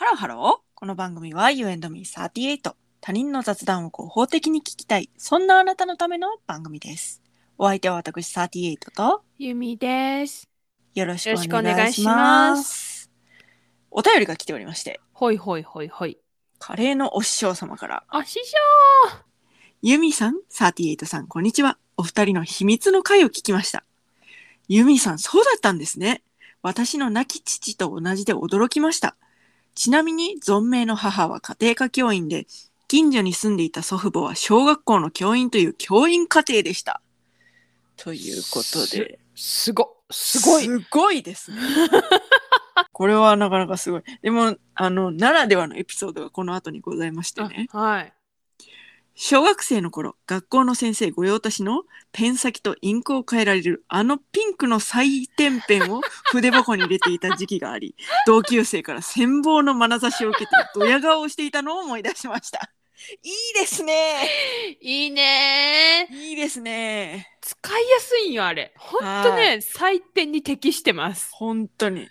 ローハロー。この番組は You and me38。他人の雑談を合法的に聞きたい。そんなあなたのための番組です。お相手は私38とゆみです。よろしくおよろしくお願願いいししま。ますお便りが来ておりまして、ほいほいほいほい。カレーのお師匠様から、あ、師匠ユミさん、38さん、こんにちは。お二人の秘密の回を聞きました。ユミさん、そうだったんですね。私の亡き父と同じで驚きました。ちなみに、存命の母は家庭科教員で、近所に住んでいた祖父母は小学校の教員という教員家庭でした。ということで。すご、すごい。すごいですね。これはなかなかすごい。でも、あの、ならではのエピソードがこの後にございましてね。あはい。小学生の頃学校の先生御用達のペン先とインクを変えられるあのピンクの採点ペンを筆箱に入れていた時期があり 同級生から羨望の眼差しを受けてドヤ顔をしていたのを思い出しましたいいですねいいねー。いいですね使いやすいんよ、あれ。ほんとはね、採点に適してます。本当に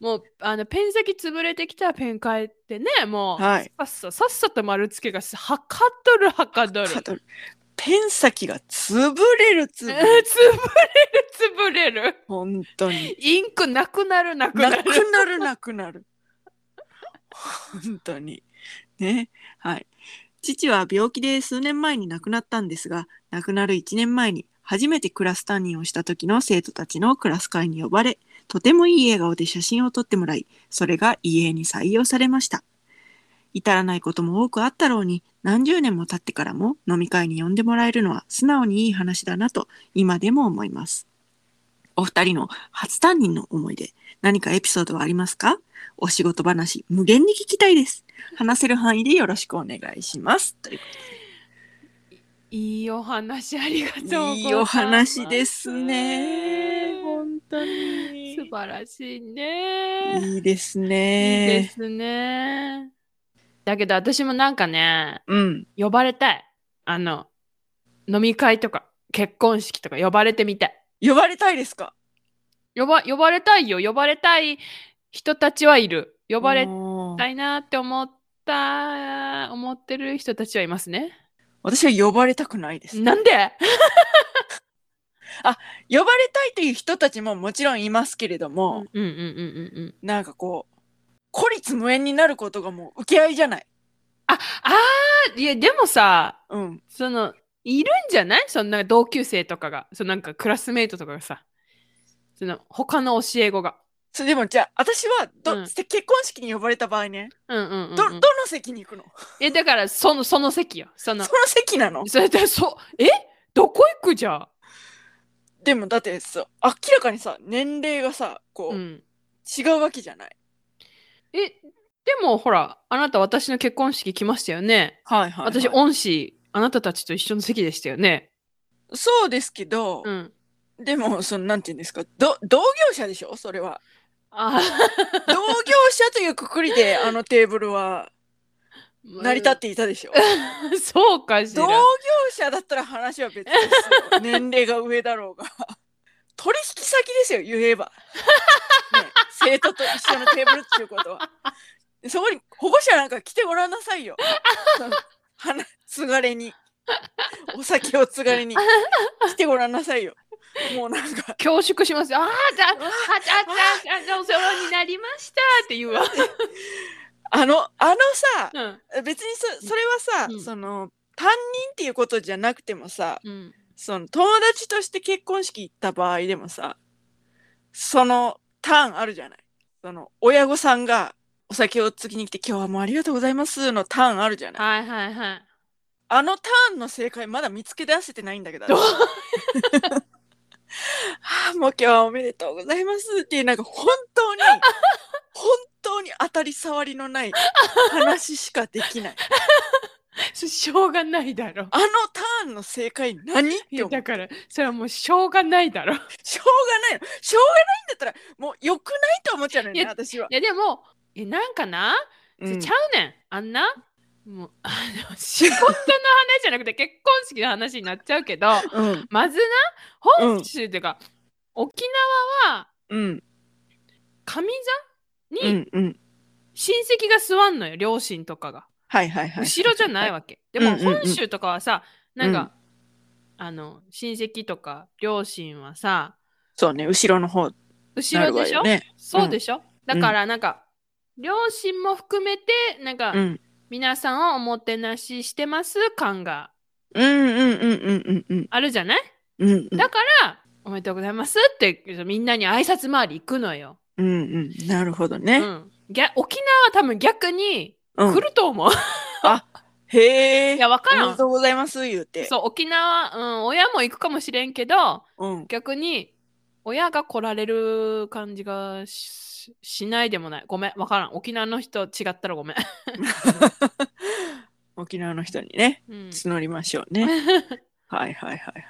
もう、あの、ペン先潰れてきたらペン変えてね、もう、はいさっさ、さっさと丸つけがすはかどるはかどる。カトルペン先が潰れるうん潰 潰れるれる、潰れる。本当にインクなくなる、なくななる。くなるなくなる。本当に。ね。はい。父は病気で数年前に亡くなったんですが、亡くなる1年前に初めてクラス担任をした時の生徒たちのクラス会に呼ばれ、とてもいい笑顔で写真を撮ってもらい、それが遺影に採用されました。至らないことも多くあったろうに、何十年も経ってからも飲み会に呼んでもらえるのは素直にいい話だなと今でも思います。お二人の初担任の思い出、何かエピソードはありますかお仕事話、無限に聞きたいです。話せる範囲でよろしくお願いします。といういいお話、ありがとうございます。いいお話ですね。本当に。素晴らしいね。いいですいいでね。すね。だけど私もなんかね、うん。呼ばれたい。あの、飲み会とか結婚式とか呼ばれてみたい。呼ばれたいですか呼ば呼ばれたいよ。呼ばれたい人たちはいる。呼呼ばれたたい。いなって思った、思ってる人たちはいますね。私は呼ばれたくないです。なんで呼ばれたいという人たちももちろんいますけれどうんうもん、うんうんうん。なんかこう、孤立無縁になることがもう受け合いじゃない。あ、あーいや、でもさ、うん。その、いるんじゃないそんな同級生とかが、そのなんかクラスメイトとかがさ、その他の教え子が。それでもじゃあ、私はど、うん結婚式に呼ばれた場合ね、うんうんうんうん、ど、どの席に行くのえ、だから、その、その席よ。そのそ、の席なのそれで、そ、えどこ行くじゃでもだってさ明らかにさ年齢がさこう、ん。うん。違うわけじゃないえ、でも、ほら、あなた私の結婚式来ましたよね。はいは私、恩師、あなたたちと一緒の席でしたよね。そうですけどう、ん。でもそのなんて言うんですかど同業者でしょそれはあ同業者というくくりであのテーブルはー成り立っ。ていたでしょそうかし同ら業。者だったら話は別です よ年齢が上だろうが取引先ですよ言えば、ね、生徒と一緒のテーブルっていうことはそこに保護者なんか来てごらんなさ いよその花つがれにお酒をつがれに来てごらんなさいよもうなんか恐縮しますよ。ああ、じゃあ、あじゃあ、じゃあじゃあ、お世話になりましたって言うわ。あのあのさうん。別にそそれはさ、うんその担任っていうことじゃなくてもさ、うん。その友達として結婚式行った場合でもさそのターンあるじゃないその親御さんがお酒をつきに来て「今日はもうありがとうございます」のターンあるじゃないはいはいはい。あのターンの正解まだ見つけ出せてないんだけどどう私あーもう今日はおめでとうございますっていうなんか本当に本当に当たり障りのない話しかできないそしょうがないだろ。あのターンの正解何っいてや思うだから、それはもうしょうがないだろ。いしょうがないのしょうがないんだったらもう良くないと思っちゃうのよいねや私は、や、でも、え、なんかな、うんちゃうねん。あんな、もう、あの、仕事の話じゃなくて結婚式の話になっちゃうけど、うんまずな、本州っていうか、沖縄はうん上座うにんうん神親戚が座んのよ両親とかがはいはいはい。後ろじゃないわ けでうもんうんうん本州とかはさなんか、あの親戚とか両親はさそうね、後ろの方に後なろるわでしょ、よね。そうでしょ、だからなんか、両親も含めてなんか、うん。皆さんをおもてなししてます感がうんうんうんうんうんうんあるじゃないうんうんだから、おめでとうございますってみんなに挨拶回り行くのよ。うんうんなるほどうね。ん、ぎゃ沖縄は多分逆にうん来ると思う。へえ。いやわからんおめでとうございます言うて。そう沖縄、うん、親も行くかもしれんけどうん。逆に親が来られる感じがししないでもない。ごめんわからん。沖縄の人違ったらごめん。沖縄の人にね、うん、募りましょうね。はいはいはいはい。い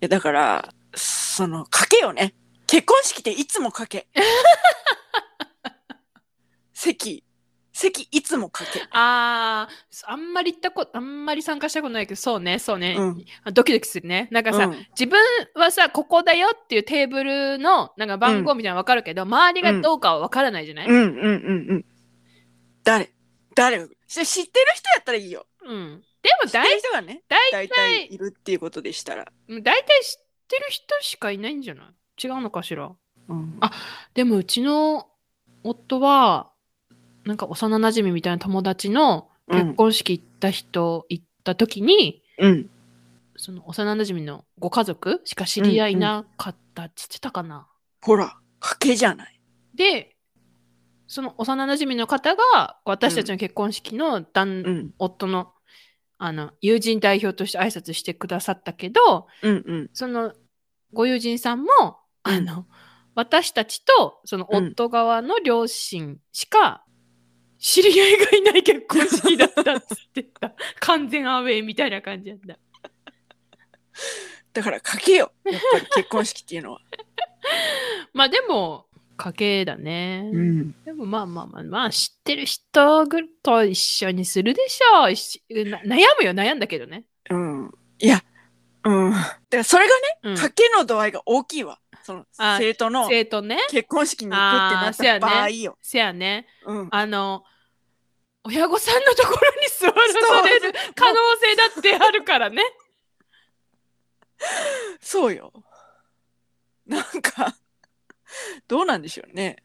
やだから、その、賭けよね。結婚式っていつも賭 け。席、席いつも賭け。あーあんまり行ったことあんまり参加したことないけどそうねそうね、うんドキドキするねなんかさ、うん自分はさここだよっていうテーブルのなんか番号みたいなの分かるけど、周りがどうかは分からないじゃない、うんうんうんうん。誰誰がし知ってる人やったらいいよ。うんで知もって大る人がね、大大体いるっていうことでしたら。大体知ってる人しかいないんじゃない違うのかしらうんあでもうちの夫はなんか幼なじみみたいな友達の結婚式行った人、行った時にうん。その幼なじみのご家族しか知り合いなかったって言ってたかな、ほら、賭けじゃない。でその幼なじみの方が私たちの結婚式の旦、うん。夫のあの友人代表として挨拶してくださったけどうんうん。そのご友人さんも、うんあの私たちとそのうん夫側の両親しか知り合いがいない結婚式だったっつってた完全アウェイみたいな感じなんだだから賭けよ。やっぱり結婚式っていうのは。まあでも家計だね、うん。でもまあまあまあまあ知ってる人ぐと一緒にするでしょう。一緒な悩むよ悩んだけどね。うん。いや、うん。だからそれがうんね、賭けの度合いが大きいわ。その、あ生徒の生徒ね。結婚式に行くってなあーっそうやたね場合よ。せやね。うん。あの親御さんのところに座らされる可能性だってあるからね。そうよ。なんか、どうなんでしょうね。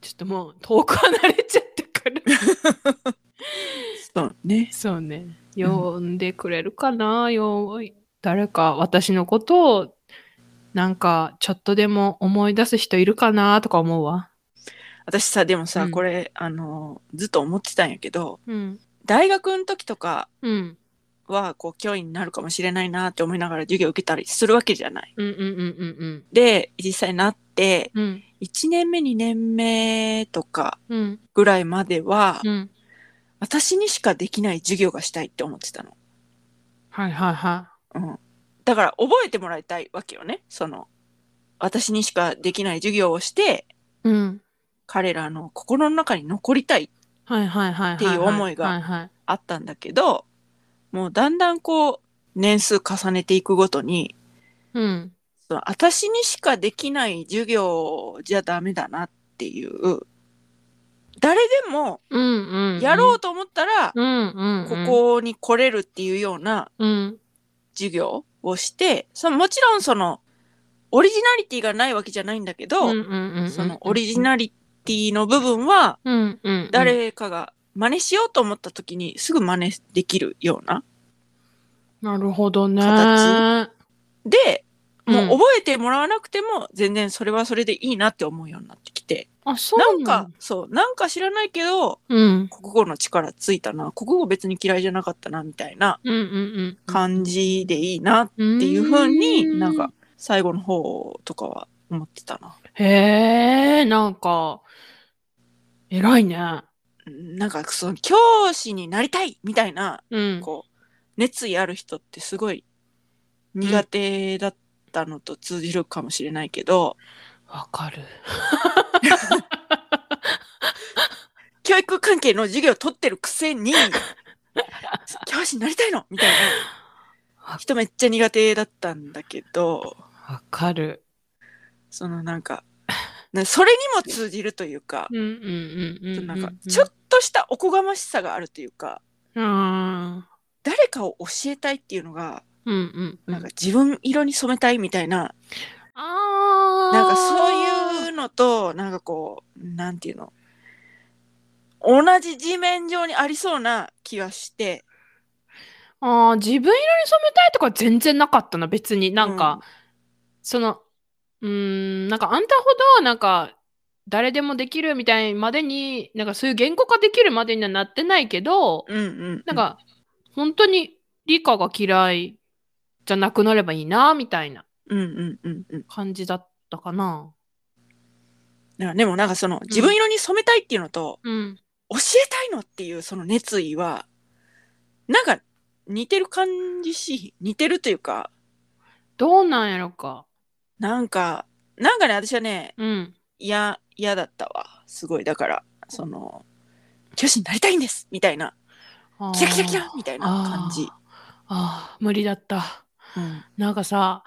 ちょっともう遠く離れちゃったから。 そうね。そうね。呼んでくれるかな、よ誰か私のことをなんかちょっとでも思い出す人いるかなとか思うわ。私さ、でもさ、うんこれ、あの、ずっと思ってたんやけど、うん。大学の時とかうん。は、こう、教員になるかもしれないなって思いながら授業受けたりするわけじゃない。うんうんうんうんで、実際なって、うん。うん。 1年目、2年目とかうん。ぐらいまでは、うん。私にしかできない授業がしたいって思ってたの。はいはいはうん。だから、覚えてもらいたいわけよね。その、私にしかできない授業をして、い。うん。彼らの心の中に残りたいはいはいはいはいはい。っていう思いがはいはい。あったんだけどもうだんだんこう年数重ねていくごとにうん。その私にしかできない授業じゃダメだなっていう誰でもうんうん。やろうと思ったら、うんうん。うん。ここに来れるっていうようなうん。授業をしてそのもちろんそのオリジナリティがないわけじゃないんだけど、うんうんうん。そのオリジナリティの部分はうんうん。誰かが真似しようと思った時にすぐ真似できるようななるほどね。形で、もううん覚えてもらわなくても、全然それはそれでいいなって思うようになってきて。あ、そうなんだか、、そう、なんか知らないけど、うん。国語の力ついたな、国語別に嫌いじゃなかったな、みたいなうんうん感じでいいなっうん。ていう風に、うなんか、。最後の方とかは思ってたな。へえ、なんか、偉いね。なんか、その、教師になりたいみたいな、うん。こう、熱意ある人ってすごい苦手だったのと通じるかもしれないけど、わかる。教育関係の授業を取ってるくせ に、教師になりたいのみたいな。人めっちゃ苦手だったんだけど、わかる。そのなんか、なそれにも通じるというか、うんうんうんうんうん。なんかちょっとしたおこがましさがあるというかああ。誰かを教えたいっていうのがうんうんうん。なんか自分色に染めたいみたいな、ああ。なんかそうう。いうのとなんかこうなんていうの同じ地面上にありそうな気がしてああ、自分色に染めたいとか全然なかったな、別に。なんか、うんその、うーん、なんかあんたほど、なんか、誰でもできるみたいまでに、なんかそういう言語化できるまでにはなってないけど、うんうんなんか、本当に理科が嫌いじゃなくなればいいな、みたいなうんうんうんうん感じだったかな。だからでもなんかその自分色に染めたいっていうのと、うん。教えたいのっていうその熱意はなんか似てる感じし似てるというかどうなんやろか。なんかなんかね私はねうん。嫌嫌だったわすごいだからその教師になりたいんですみたいなあーキラキラキラみたいな感じ、ああー、無理だった。うんなんかさ、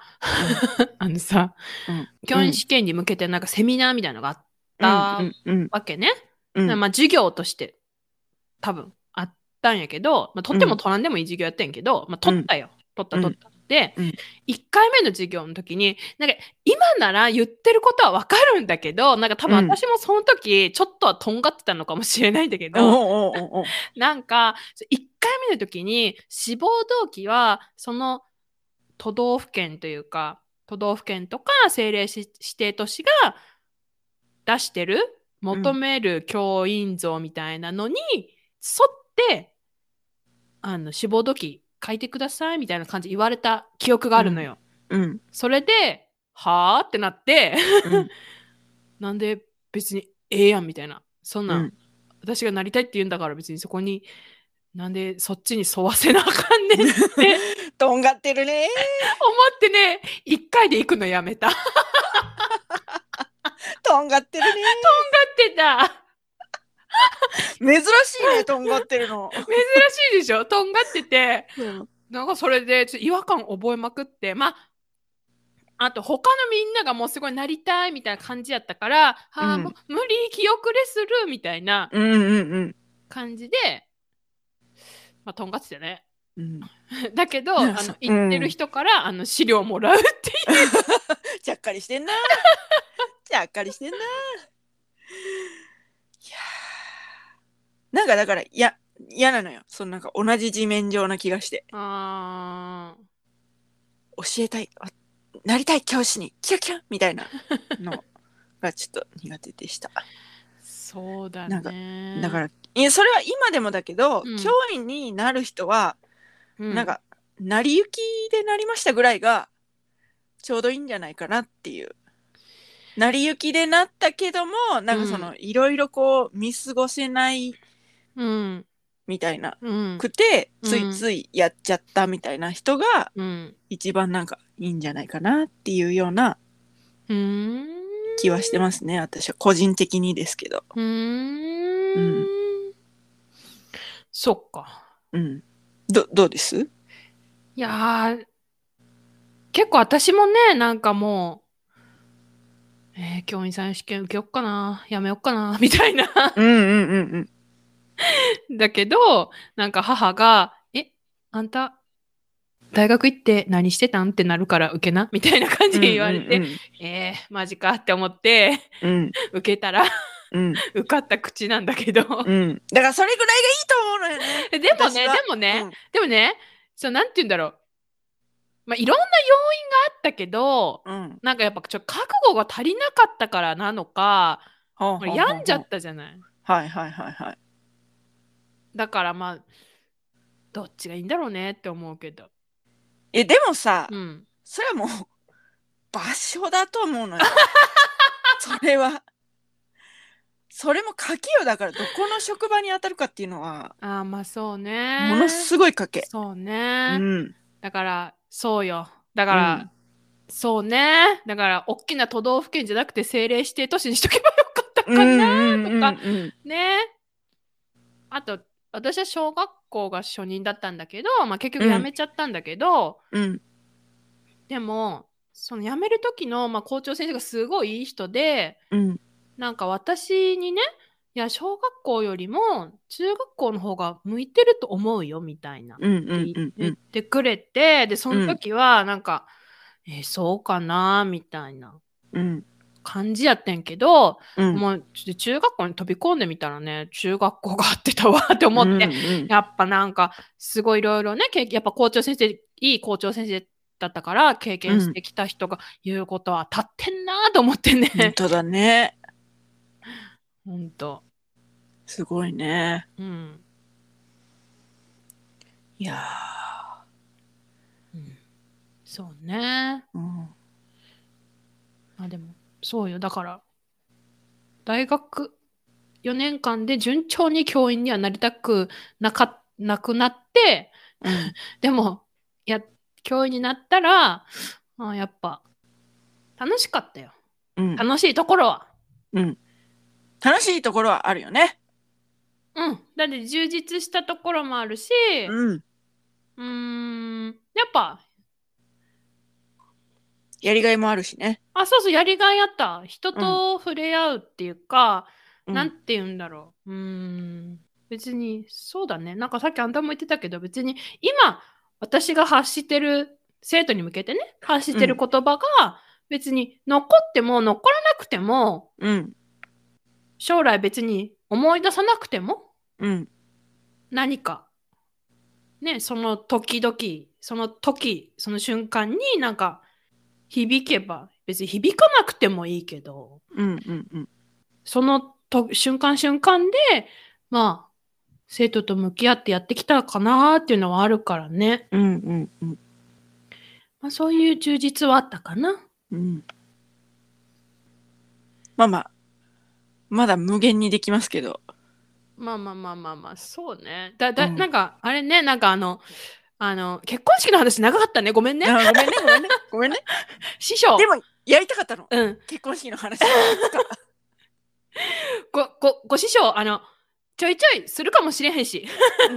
あのさ、うん教員試験に向けてなんかセミナーみたいなのがあっうんたうんうんわけね。うんまあ授業として多分あったんやけど、まあ、取っても取らんでもいい授業やったんやけど、まあ、取ったよ。取ったうん取った。で、うん1回目の授業の時に、なんか今なら言ってることはわかるんだけど、なんか多分うん私もその時、ちょっとはとんがってたのかもしれないんだけど、おうおうおうおうなんか、1回目の時に、志望動機は、その都道府県というか、都道府県とか政令し指定都市が出してる、求める教員像みたいなのに沿って、あの、志望動機書いてくださいみたいな感じ言われた記憶があるのよ。うんそれで、はぁってなって、 うんなんで別にええやんみたいな。そんなん、うん私がなりたいって言うんだから別にそこに、なんでそっちに沿わせなあかんねんって思っとんがってるねてね、一回で行くのやめた。待とんがってるねってた。珍しいねとんがってるの、珍しいでしょとんがってて。うんなんかそれでちょっと違和感覚えまくって、まあ、あと他のみんながもうすごいなりたいみたいな感じやったから、ああうんもう無理気遅れするみたいなうんうん感じで、まあ、とんがってたね。うんうんだけど、いあやの そう行ってる人から、あの資料もらうっていう。ちゃっかりしてんな。ちゃっかりしてんな。いやーなんかだから、いや、嫌なのよ。そのなんか同じ地面上な気がして。あ教えたい。あなりたい教師に、キラキラみたいなのがちょっと苦手でした。そうだなんね。だから、いや、それは今でもだけど、うん教員になる人は、うなん、か、成り行きでなりましたぐらいが、ちょうどいいんじゃないかなっていう。成り行きでなったけども、なんかその、いろいろこう、見過ごせないうん、みたいなうん、くて、うんついついやっちゃったみたいな人が、うん、一番なんかいいんじゃないかなっていうようなうーん、気はしてますね。私は個人的にですけど。うーん、そっか。うん。ど、どうですいやー、結構私もね、なんかもう、えー、教員さん試験受けよっかな、やめよっかな、 みたいな。うんうんうん うん。だけど、なんか母が、え、あんた、大学行って何してたんってなるから受けなみたいな感じで言われて、えー、マジかって思って、うんうんうん。受けたら、うんうん。受かった口なんだけ ど。うん。だからそれぐらいがいいと思うのよね。でもね、私ではもね、うんでもね、そう、なんて言うんだろう。まあ、いろんな要因があったけど、うん。なんかやっぱちょっと覚悟が足りなかったからなのか、ほうほうほうほこうれ病んじゃったじゃない。はいはいはいはい。だからまあ、どっちがいいんだろうねって思うけど。え、でもさ、うん。それはもう、場所だと思う のよ。それは。それも賭けよだから、どこの職場に当たるかっていうのは、ああ、まあそうね。ものすごい賭け。そううね。ん。だから、そうよ。だから、うんそうね。だから、大きな都道府県じゃなくて政令指定都市にしとけばよかったかうんうな。んうんかうんねあと、私は小学校が初任だったんだけど、まあ、結局辞めちゃったんだけど、うん。でも、その辞める時の、まあ、校長先生がすごいいい人でうん。なんか私にねいや小学校よりも中学校の方が向いてると思うよみたいなうんうってんうんう言っん。てくれてでその時はなんか、えーそうかなみたいなうん。感じやってんけど、うん。もうちょ中学校に飛び込んでみたらね中学校が合ってたわって思って、うんやっぱなんかすごいいろいろね経験やっぱ校長先生いい校長先生だったから経験してきた人が言うことは当たってんなと思って本ね、当だね。ほんと、すごいね。うんいやうん、そうねーうん。まあでもそうよだから大学4年間で順調に教員にはなりたくなかなくなってうんでもいや教員になったらあやっぱ楽しかったようん。楽しいところはうん。楽しいところはあるよね。うんだって充実したところもあるしうん。うーんやっぱやりがいもあるしね。あそうそうやりがいあった人と触れ合うっていうか、うんなんて言うんだろう。うーん。別に、そうだね。なんかさっきあんたも言ってたけど、別に今、私が発してる、生徒に向けてね、発してる言葉が、別に残っても残らなくても、うん。将来別に思い出さなくても、うん。何か、ね、その時々、その時、その瞬間になんか、響けば、別に響かなくてもいいけど、うん。うん。うん。そのと瞬間瞬間で、まあ、生徒と向き合ってやってきたかなっていうのはあるからね。うん。うん。うん。まあ、そういう充実はあったかな。うん。まあまあ。まだ無限にできますけど。まあまあまあまあまあ、そうね。だ、だ、うんなんか、あれね、なんかあの、あの、結婚式の話長かったね。ごめんね。あごめんね、ごめん ね。ごめんね。師匠。でも、やりたかったの。うん。結婚式の話。ご、ご、ご師匠、あの、ちょいちょいするかもしれへんし。う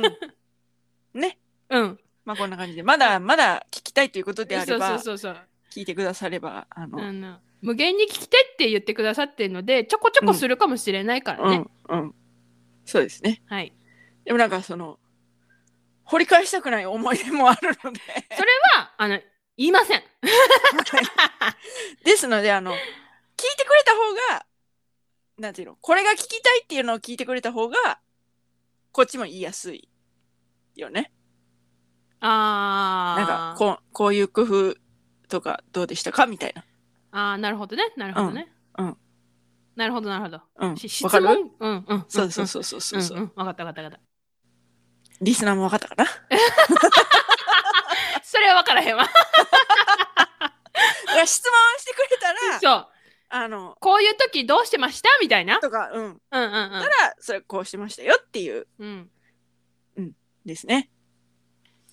ん。ね。うん。まあこんな感じで。まだまだ聞きたいということであそれうそうば、そうそう。聞いてくだされば、あの、あの、無限に聞きたいって言ってくださってるので、ちょこちょこするかもしれないからうね。ん、うん。そうですね。はい。でもなんかその、掘り返したくない思い出もあるので。それは、あの、言いません。 ですので、あの、聞いてくれた方が、なんていうの、これが聞きたいっていうのを聞いてくれた方が、こっちも言いやすいよね。ああ。なんかこう、こういう工夫とかどうでしたかみたいな。ああ、なるほどね。なるほどね。うんうんなるほど、なるほど。うん。し質わか問るうんうん。そうそうそうそうそう。うんうん。わかったわかったわかっリスナーもわかったかなた。それはわからへん わ。だから質問してくれたら、そう。あの、こういう時どうしてましたみたいな。とか、うん、うんうんたら、それこうしましたよっていううん。うん。ですね。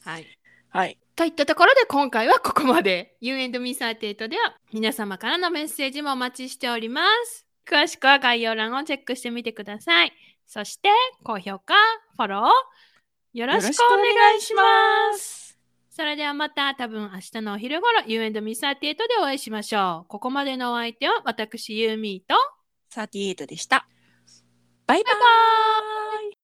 はい。はい。といったところで今回はここまで。U&Me38 では皆様からのメッセージもお待ちしております。詳しくは概要欄をチェックしてみてください。そして高評価、フォローよろしくお願いします。す。それではまた多分明日のお昼頃 You&Me38 でお会いしましょう。ここまでのお相手は私ユーミーと38でした。バイバイ。バイバーイ